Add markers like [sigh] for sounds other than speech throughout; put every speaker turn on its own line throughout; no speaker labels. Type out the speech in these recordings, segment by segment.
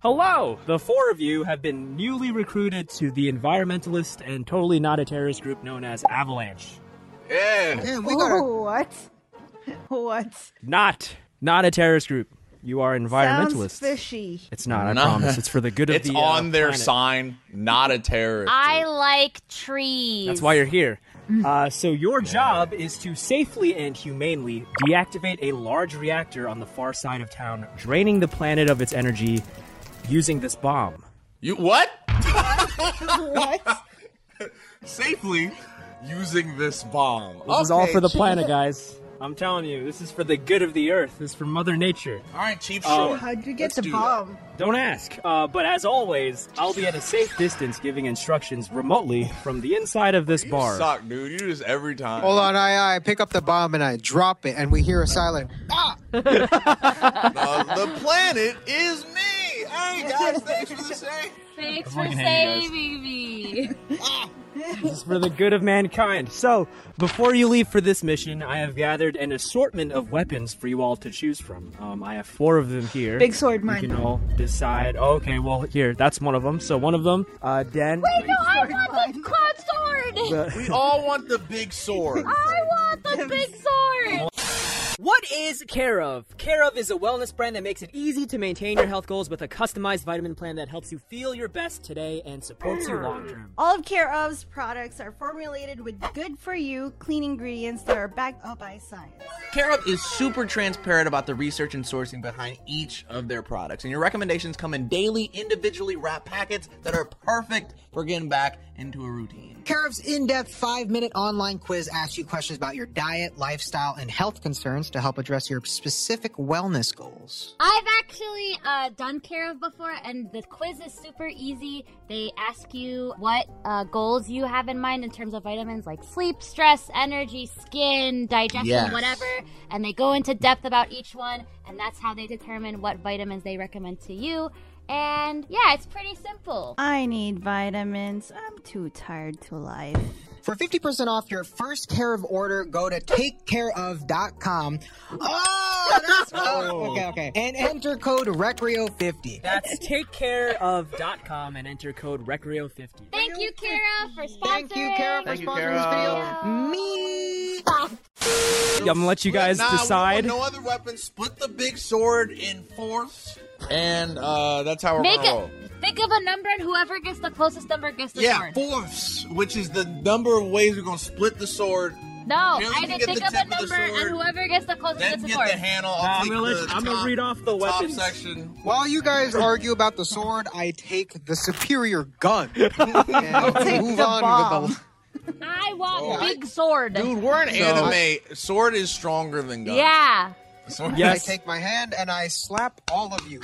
Hello! The four of you have been newly recruited to the environmentalist and totally not a terrorist group known as Avalanche.
Yeah.
Damn, we got
what? What?
Not, not a terrorist group. You are
Sounds
environmentalists.
fishy.
It's not, I
No.
promise. It's for the good of
It's
the uh,
on their
planet.
sign, not a terrorist.
I like trees.
That's why you're here. Uh, so your job is to safely and humanely deactivate a large reactor on the far side of town, draining the planet of its energy using this bomb.
you what?
what?
[laughs] Safely using this bomb.
This is all
Okay,
for the
chief-
planet, guys. I'm telling you, this is for the good of the Earth. This is for Mother Nature.
All right, Chief.
Oh,
Sure.
How'd you get
Let's
the
do
bomb?
Don't ask. Uh, but as always, I'll be at a safe distance giving instructions remotely from the inside of this
that.
bar.
You suck, dude. You just every time.
Hold on, I, I pick up the bomb and I drop it, and we hear a silent.
Uh, the planet is me. Hey guys, thanks for the save.
Thanks
I'm
for
looking at you guys.
saving me.
This is for the good of mankind. So, before you leave for this mission, I have gathered an assortment of weapons for you all to choose from. Um, I have four of them here.
Big sword,
You
mine.
can all decide. Okay, well, here, that's one of them. So, one of them, uh, Den.
Wait, no, I want the cloud sword.
We all want the big sword.
I want the big sword.
What is Care of? Care of is a wellness brand that makes it easy to maintain your health goals with a customized vitamin plan that helps you feel your best today and supports you long term.
All of Care of's products are formulated with good for you, clean ingredients that are backed up by science.
Carob is super transparent about the research and sourcing behind each of their products, and your recommendations come in daily, individually wrapped packets that are perfect for getting back into a routine.
Carev's in-depth five-minute online quiz asks you questions about your diet, lifestyle, and health concerns to help address your specific wellness goals.
I've actually uh, done care of before, and the quiz is super easy. They ask you what uh, goals you have in mind in terms of vitamins like sleep, stress, energy, skin, digestion,
Yes.
whatever, and they go into depth about each one, and that's how they determine what vitamins they recommend to you. And yeah, it's pretty simple.
I need vitamins. I'm too tired to life.
For 50% off your first Carev order, go to takecareof.com. [laughs] Oh, that's Okay, okay. And enter code RECREO50.
That's takecareof.com and enter code RECREO50.
Thank you, Kara, for sponsoring.
Thank you, Carev, for
Thank you,
sponsoring this video. Me.
I'm gonna let you guys
nah, we
decide.
want No other weapons. Split the big sword in fourths, and uh, that's how we're
Make
gonna roll.
it. Think of a number, and whoever gets the closest number gets the
Yeah,
sword.
fourths, which is the number of ways we're gonna split the sword.
No,
Really,
I
you
did
get
think
the
of
tip
a
of the
number, and
sword,
whoever gets the closest
Then
gets
get
the
the
sword.
handle.
Nah,
I'll
I'm
take
gonna
the
let- I'm gonna
top-
read off the weapons.
Top section.
While you guys argue about the sword, I take the superior [laughs] gun. And move
the
on with
I want big sword.
Dude, we're an anime. Sword is stronger than gun.
yeah.
Sword-
the.
Yes.
I take my hand and I slap all of you.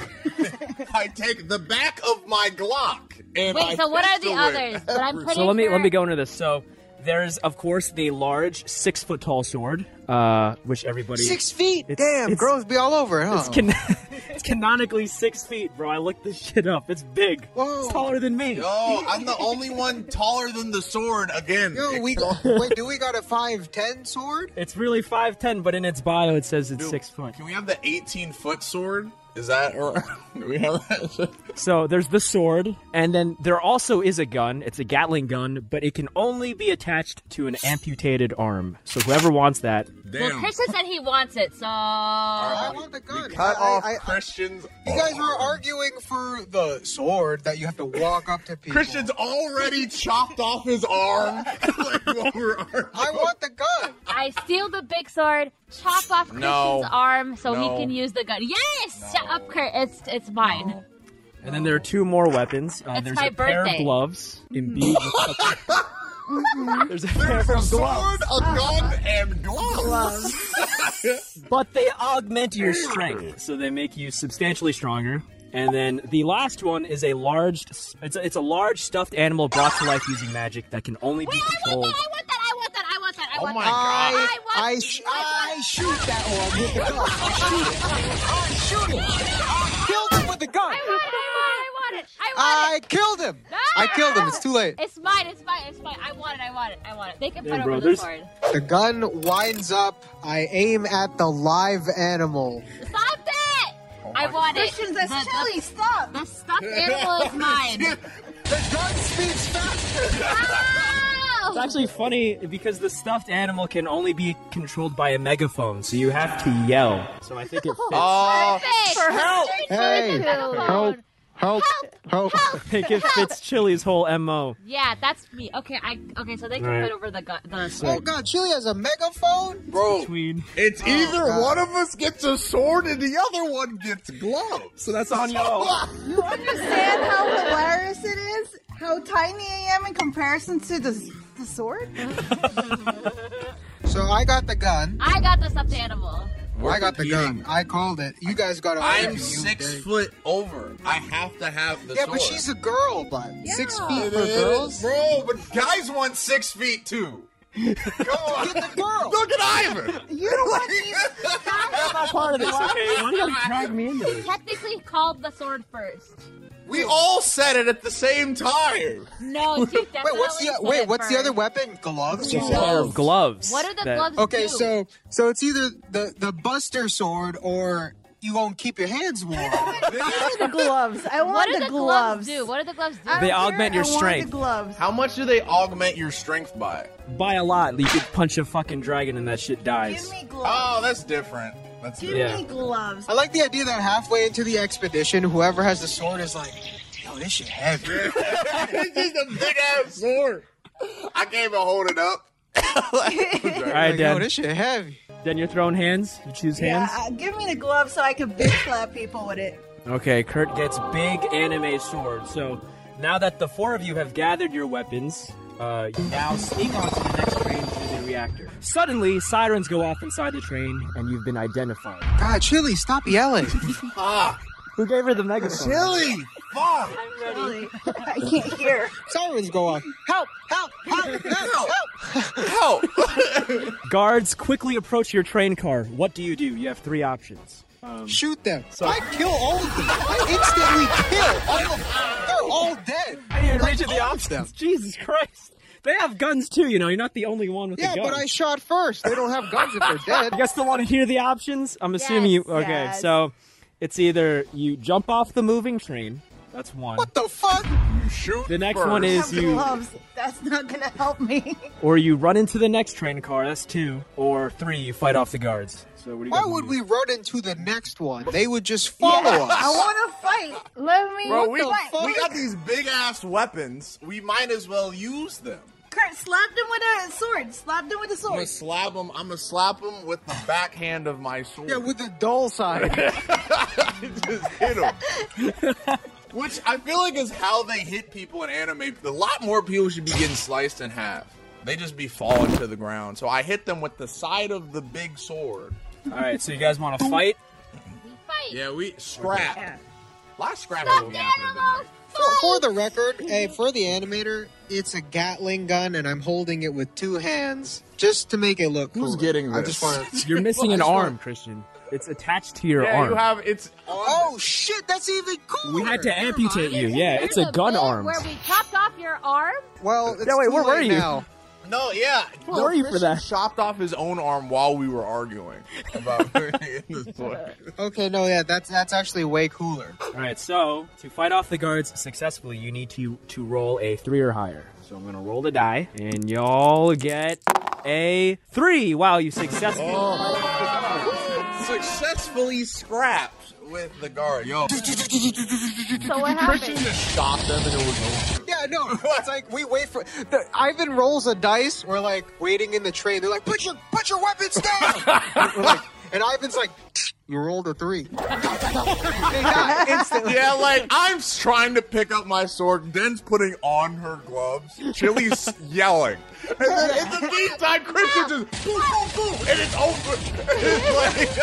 I take the back of my Glock. And I
Wait, so what are the
pistol it. [laughs]
others? But I'm pretty
So let me
sure
let me go into this. So there's of course the large six foot tall sword, uh, which everybody
Six feet.
It's-
Damn,
it's-
girls be all over, it, huh?
It's, can- [laughs] it's canonically six feet, bro. I looked this shit up. It's big.
Whoa.
It's taller than me.
Yo, I'm the only one taller than the sword again. [laughs]
Yo, we wait. Do we got a five ten sword?
It's really five ten, but in its bio it says it's six foot.
Can we have the 18 foot sword? Is that or [laughs] do we have that?
So there's the sword, and then there also is a gun. It's a Gatling gun, but it can only be attached to an amputated arm. So whoever wants that,
Well,
Damn.
Christian said he wants it, so
I want the gun.
Cut
I-
off
I- I-
Christian's.
you guys were arguing for the sword that you have to walk up to people.
Christian's already chopped off his arm. [laughs] like, while we're arguing.
[laughs]
I want the gun.
I steal the big sword, chop off Christian's
No.
arm so
No.
he can use the gun. Yes, shut up, Chris. It's it's mine.
and then there are two more weapons. Uh,
It's
there's
my
a pair of
birthday.
gloves imbued. [laughs] with- there's a pair
a
of gloves,
sword, a gun, and gloves.
but they augment your strength, so they make you substantially stronger. And then the last one is a large. It's a, it's a large stuffed animal brought to life using magic that can only be
Wait, I
controlled.
want that! I want that! I want that! I want that! I
Oh
want
my
that!
god.
I
want-
I, sh- I shoot that one with the
[laughs]
gun. I shoot it. I shoot it. I killed him with the gun.
I want it! I want it! I want it!
I killed him. I killed him. It's too late.
It's mine, it's mine, it's mine. I want it, I want it, I want it. They can put
Damn,
over
bro,
the
there's-
sword.
The gun winds up. I aim at the live animal.
Stop that!
Oh
I want it.
Christian, that's
The-
chili. Stop.
The, the stuffed animal
[laughs]
is mine.
The gun speaks faster.
It's
Ow!
actually funny because the stuffed animal can only be controlled by a megaphone, so you have to yell. So I think it fits.
[laughs]
Oh,
Perfect. For help!
Hey, help, help, help.
I think it fits Chili's whole mo.
Yeah, that's me. Okay, I okay. So they can
Right.
put over the gu- the.
Oh god, Chili has a megaphone?
Bro,
Between
it's either
Oh, God.
one of us gets a sword and the other one gets gloves.
so that's on
[laughs]
y'all.
You understand how hilarious it is? How tiny I am in comparison to the, the sword?
So I got the gun.
I got the stuffed animal.
I got the gun. I called it. You guys got to
I'm six foot over. I have to have the
Yeah,
sword.
but she's a girl, but six
Yeah.
feet
It
for
is,
girls.
Bro, but guys want six feet
[laughs]
too. Come
Get
on.
the girl.
[laughs] Look at Ivan.
You
[laughs]
don't want these.
part of this, okay? Why do you gotta drag me into this?
Technically called the sword first.
We all said it at the same time.
No, Duke definitely.
[laughs] Wait, what's the
said
wait?
it
What's the
first.
other weapon? Gloves.
It's a pair of gloves.
What are the
that-
gloves?
Okay,
do?
so so it's either the the Buster sword or you won't keep your hands warm.
the gloves. I want
What do
the,
the gloves do? What do the gloves do?
I don't
They
care,
augment your
I want
strength.
The gloves.
How much do they augment your strength by?
By a lot, you could punch a fucking dragon and that shit
Give
dies.
me gloves.
Oh, that's different. That's
Give
Yeah.
me gloves.
I like the idea that halfway into the expedition, whoever has the sword is like, yo, this shit
[laughs]
heavy.
it's just a big ass sword. I can't even hold it up.
All right,
Like, yo,
Dan.
this shit heavy.
Then you're throwing hands. You choose
Yeah,
hands.
uh, give me the gloves so I can bitch slap people with it.
Okay, Kurt gets big anime sword. So now that the four of you have gathered your weapons, uh, you now sneak onto the next train through the reactor. Suddenly, sirens go off inside the train, and you've been identified.
God, Chili, stop yelling.
Who gave her the megaphone?
Chili,
Fuck.
Really, I can't hear.
sirens go off. Help! Help! Help! Help!
Help.
Guards quickly approach your train car. What do you do? You have three options.
Shoot them.
So-
I kill all of them. I instantly kill all of them. They're all dead.
I didn't
Like, all of them.
[laughs] Jesus Christ! They have guns too. You know, you're not the only one with
Yeah,
a gun.
but I shot first. They don't have guns if they're
[laughs] You
dead.
guys still want to hear the options? I'm assuming
Yes,
you. Okay,
yes.
so it's either you jump off the moving train. That's one.
What the fuck?
Shoot.
The next
first.
one
I
is
have
you,
gloves. That's not gonna help me.
or you run into the next train car. That's two, or three. You fight off the guards. So what do you?
Why
guys
would
wanna
we run into the next one? They would just follow
Yeah, I
us.
want to fight. Let me
Bro, we,
fight.
we got these big ass weapons. We might as well use them.
Kurt, slap them with a sword. Slap them with a
I'm
sword.
gonna slap them. I'm gonna slap them with the backhand of my sword.
Yeah, with the
[laughs]
dull side.
[laughs] just hit them. Which I feel like is how they hit people in anime. A lot more people should be getting sliced in half. They just be falling to the ground. So I hit them with the side of the big sword.
do? All right, so you guys want to fight?
fight.
Yeah, we scrap.
Yeah.
A lot of scrap.
Stuffed animal.
For, for the record, hey, for the animator, it's a Gatling gun, and I'm holding it with two hands just to make it look cool.
Who's getting
I
this?
just want to.
You're missing an arm, Christian. It's attached to your
Yeah,
arm.
you have it's on.
[laughs] Oh shit, that's even cooler.
we had to amputate you. Yeah, it's
There's
a gun
bit
arm.
Where we chopped off your arm.
Well, it's
Yeah, wait,
too
where were
late
you?
Now.
No, yeah.
Where were you for that?
Chopped off his own arm while we were arguing about this sword.
Okay, no, yeah, that's that's actually way cooler.
All right, so to fight off the guards successfully, you need to to roll a three or higher. So I'm gonna roll the die, and y'all get a three. Wow, you successfully. [laughs]
Successfully scrapped with the guard. Yo,
So
Christian
what happened?
just shot them and it was over.
Yeah, no, [laughs] it's like we wait for the, Ivan rolls a dice. We're like waiting in the train. They're like, put your put your weapons down. We're like- and Ivan's like, you rolled a three. [laughs] they die instantly.
Yeah, like I'm s- trying to pick up my sword. Den's putting on her gloves. Chili's yelling. And then in the meantime, Christian just boom, boom, boom, and it's over. [laughs] It's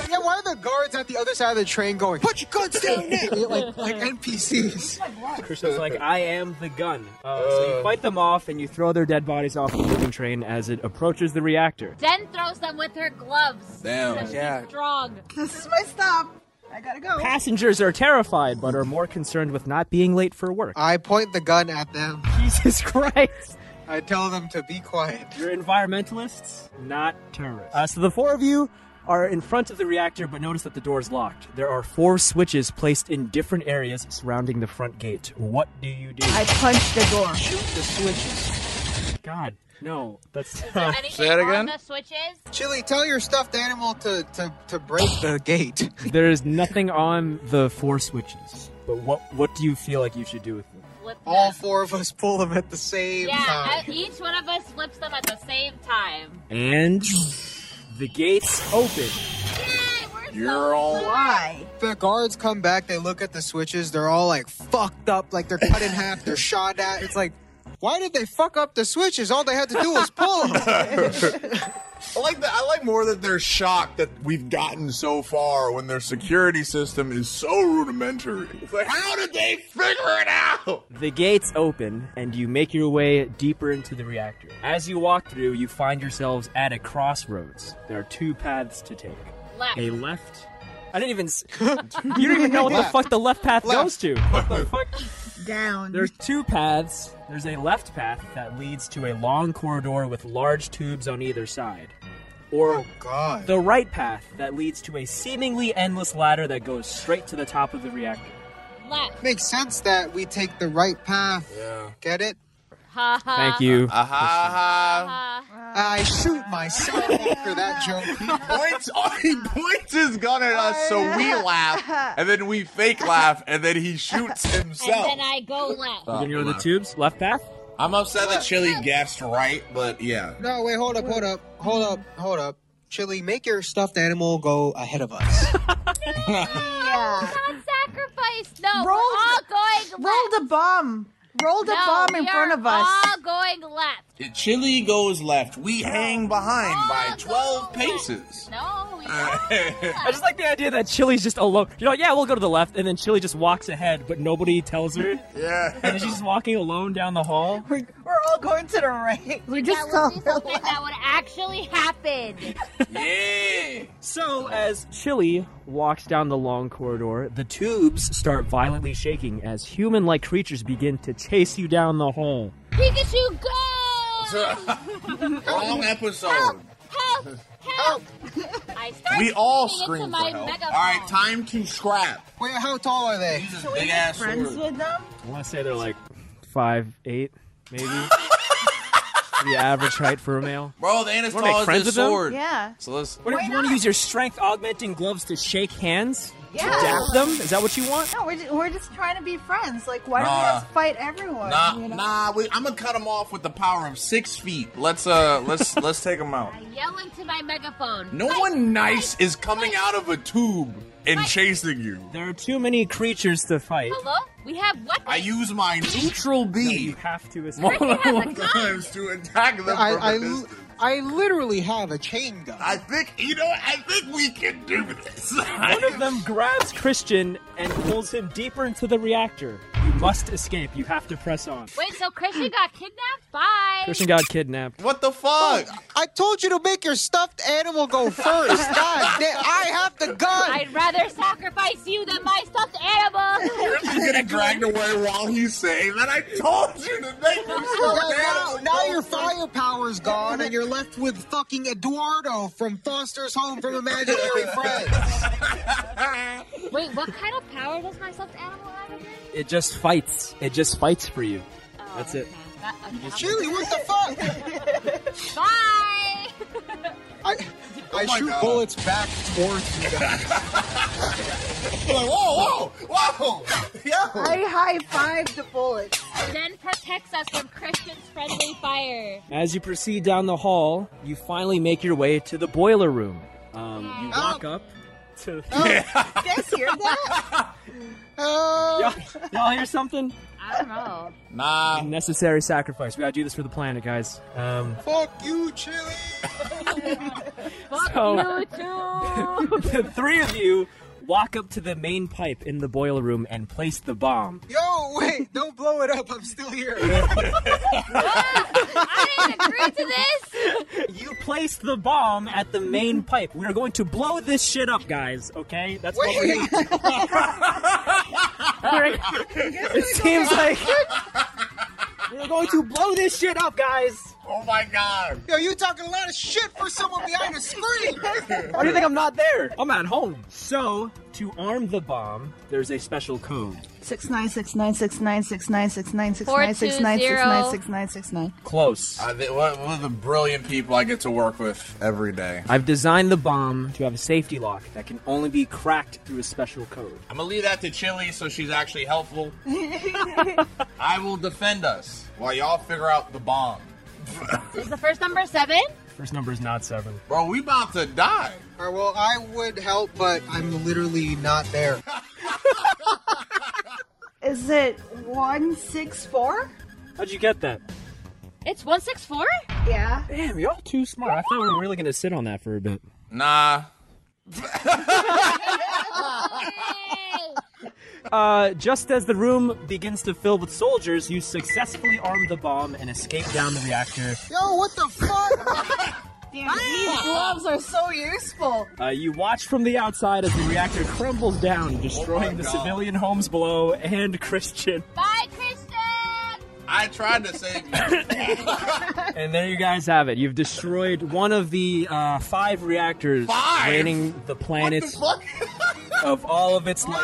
like,
Yeah, why are the guards at the other side of the train going, put your guns down now? like, like NPCs.
Christian's like, I am the gun. Uh, so you fight them off, and you throw their dead bodies off the moving train as it approaches the reactor.
Jen throws them with her gloves.
Damn.
So she's
Yeah.
Strong.
This is my stop. I gotta go.
Passengers are terrified, but are more concerned with not being late for work.
I point the gun at them.
[laughs] Jesus Christ!
I tell them to be quiet.
You're environmentalists, not terrorists. Uh, so the four of you are in front of the reactor, but notice that the door is locked. There are four switches placed in different areas surrounding the front gate. What do you do?
I punched the door.
The switches.
God, no. That's uh,
there anything
Say that
on
again?
the switches?
Chili, tell your stuffed animal to, to, to break the gate.
there is nothing on the four switches. But what what do you feel like you should do with them?
Flip
All
them.
four of us pull them at the same
Yeah,
time.
I- each one of us flips them at the same time.
And the gates open.
Yay, we're
You're
so
all-
close.
Why?
The guards come back, they look at the switches, they're all like fucked up, like
[laughs]
they're cut in half, they're shot at. It's like, why did they fuck up the switches? All they had to do was pull them.
I like that. I like more that they're shocked that we've gotten so far when their security system is so rudimentary. It's like, how did they figure it out?
The gates open, and you make your way deeper into the reactor. As you walk through, you find yourselves at a crossroads. There are two paths to take
Left.
a left. I didn't even. s- [laughs] you don't even know what the fuck the left path goes to. What [laughs] the fuck?
Down.
There's two paths. There's a left path that leads to a long corridor with large tubes on either side. Or
God.
the right path that leads to a seemingly endless ladder that goes straight to the top of the reactor.
Left.
Makes sense that we take the right path.
Yeah.
Get it?
Ha ha.
Thank you.
Aha. ha.
ha.
I shoot myself after that joke. [laughs]
Points, he points his gun at us, so
[laughs]
we laugh, and then we fake laugh, and then he shoots
And
himself.
then I go left.
You're
Uh,
gonna go to the tubes? Left path?
I'm upset that Chili guessed right, but yeah.
No, wait, hold up, hold up, hold up, hold up. Chili, make your stuffed animal go ahead
[laughs]
of us.
yeah.
Not sacrifice.
Roll
No, we're all going left.
Roll the bomb. Roll the
no,
bomb in
we
front
are
of us.
All going left.
Chili goes left. We hang behind by
All
12
going left.
paces.
No, we
[laughs]
are.
I just like the idea that Chili's just alone. You know, yeah, we'll go to the left, and then Chili just walks ahead, but nobody tells her. and
Yeah. [laughs]
then she's just walking alone down the hall.
We're, we're all going to the right. We
That would be something that would actually happen.
[laughs]
yeah.
So as Chili walks down the long corridor, the tubes start violently shaking as human-like creatures begin to chase you down the hall.
Pikachu, go!
Wrong episode.
Help! Help! I start
Oh. We all
screaming
scream
into my
for help.
megaphone.
All right, time to scrap.
Wait, how tall are they?
This is big ass
friends
sword.
with them.
I want to say they're like five, eight, [laughs] maybe. the average height for a male.
Bro, the Anna's
Wanna make
tall
friends
as
with
this
them?
sword.
Yeah.
So let's.
What if you want to use your strength augmenting gloves to shake hands?
Yeah.
To dap them? Is that what you want?
No, we're just, we're just trying to be friends. Like, why don't we
Nah.
just fight everyone?
Nah,
you know?
nah. We, I'm gonna cut him off with the power of six feet. Let's uh, let's [laughs] let's take him out.
I yell into my megaphone.
No one nice is coming out of a tube and chasing you.
There are too many creatures to fight.
Hello? We have weapons.
I use my neutral
You
B
have [laughs] to escape.
[laughs] multiple times to attack them.
I,
from a
I,
distance.
I literally have a chain gun.
I think you know. I think we can do this. [laughs]
One of them grabs Christian and pulls him deeper into the reactor. You must escape. You have to press on.
Wait, so Christian got kidnapped? Bye.
Christian got kidnapped.
What the fuck?
I told you to make your stuffed animal go first. God damn, I have the gun.
I'd rather sacrifice you than my stuffed
[laughs]
animal.
You're just gonna drag away while he's saying that I told you to make him
Now, now, now your firepower's gone, and you're left with fucking Eduardo from Foster's Home from Imaginary Friends.
Wait, what kind of power does my stuffed animal have again?
It just fights. It just fights for you.
Oh,
That's it.
okay. That- okay.
Chili, what the fuck?
Bye.
I, I
my
shoot
God.
bullets back towards you guys.
Like, whoa, whoa, whoa! Yo!
I high five the bullets.
then protects us from Christian's friendly fire.
As you proceed down the hall, you finally make your way to the boiler room. Um, you walk up to.
You guys hear that?
Uh,
Y'all, [laughs] y'all hear something?
I don't know.
Nah.
Necessary sacrifice. We gotta do this for the planet, guys. Um, [laughs]
fuck you, Chili.
Fuck
So-
you
[laughs]
too.
the three of you walk up to the main pipe in the boiler room and place the bomb.
Yo, wait, don't blow it up. I'm still here.
Ah, I didn't agree to this.
You place the bomb at the main pipe. We are going to blow this shit up, guys. Okay, that's what we're
Wait.
doing. We're- it seems like we're going to blow this shit up, guys.
Oh, Oh my god.
Yo, you talking a lot of shit for someone behind a [laughs] screen.
Why do you think I'm not there? I'm at home. So, to arm the bomb, there's a special code.
Six nine six nine six nine six nine six nine six nine six nine six nine six nine six nine.
Close.
Uh, they, one one of the brilliant people I get to work with every day.
I've designed the bomb to have a safety lock that can only be cracked through a special code.
I'm gonna leave that to Chili so she's actually helpful. I will defend us while y'all figure out the bomb.
Is the first number seven?
First number is not seven.
Bro, we about to die.
All right, well, I would help, but I'm literally not there.
Is it one six four?
How'd you get that?
It's one six four.
Yeah.
Damn, y'all too smart. I thought we were really gonna sit on that for a bit.
Nah.
Uh, just as the room begins to fill with soldiers, you successfully arm the bomb and escape down the reactor.
Yo, what the fuck? [laughs]
Damn, these gloves are so useful.
Uh, you watch from the outside as the reactor crumbles down, destroying the civilian homes below and [laughs] Christian.
Bye, Christian.
I tried to save you.
And there you guys have it. You've destroyed one of the uh, five reactors,
Five?
draining the planet
Fuck. [laughs]
of all of its life.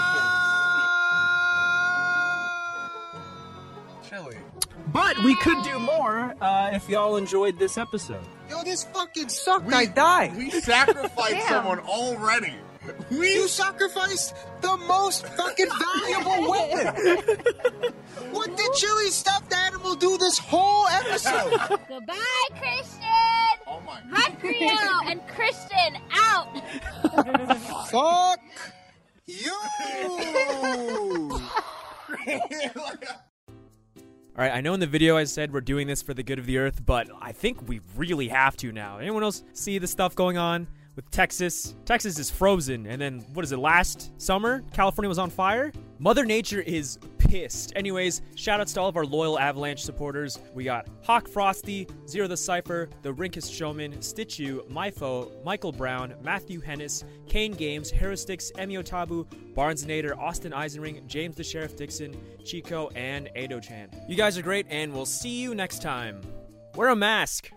Chili.
But we could do more uh, if y'all enjoyed this episode.
Yo, this fucking sucked. I died.
We sacrificed
Damn.
someone already.
You sacrificed the most fucking valuable weapon. What did Chili stuffed animal do this whole episode?
Goodbye, Christian.
Oh my [laughs] god.
Recreo and Christian out.
Fuck you.
All right, I know in the video I said we're doing this for the good of the earth, but I think we really have to now. Anyone else see the stuff going on with Texas? Texas is frozen, and then what is it? Last summer, California was on fire. Mother Nature is pissed. Anyways, shout outs to all of our loyal Avalanche supporters. We got Hawk Frosty, Zero the Cipher, The Rinkus Showman, Stitchu, Myfo, Michael Brown, Matthew Hennis, Kane Games, Heristix, Emiotabu, Barnesnader, Austin Eisenring, James the Sheriff Dixon, Chico, and Edo Chan. You guys are great, and we'll see you next time. Wear a mask.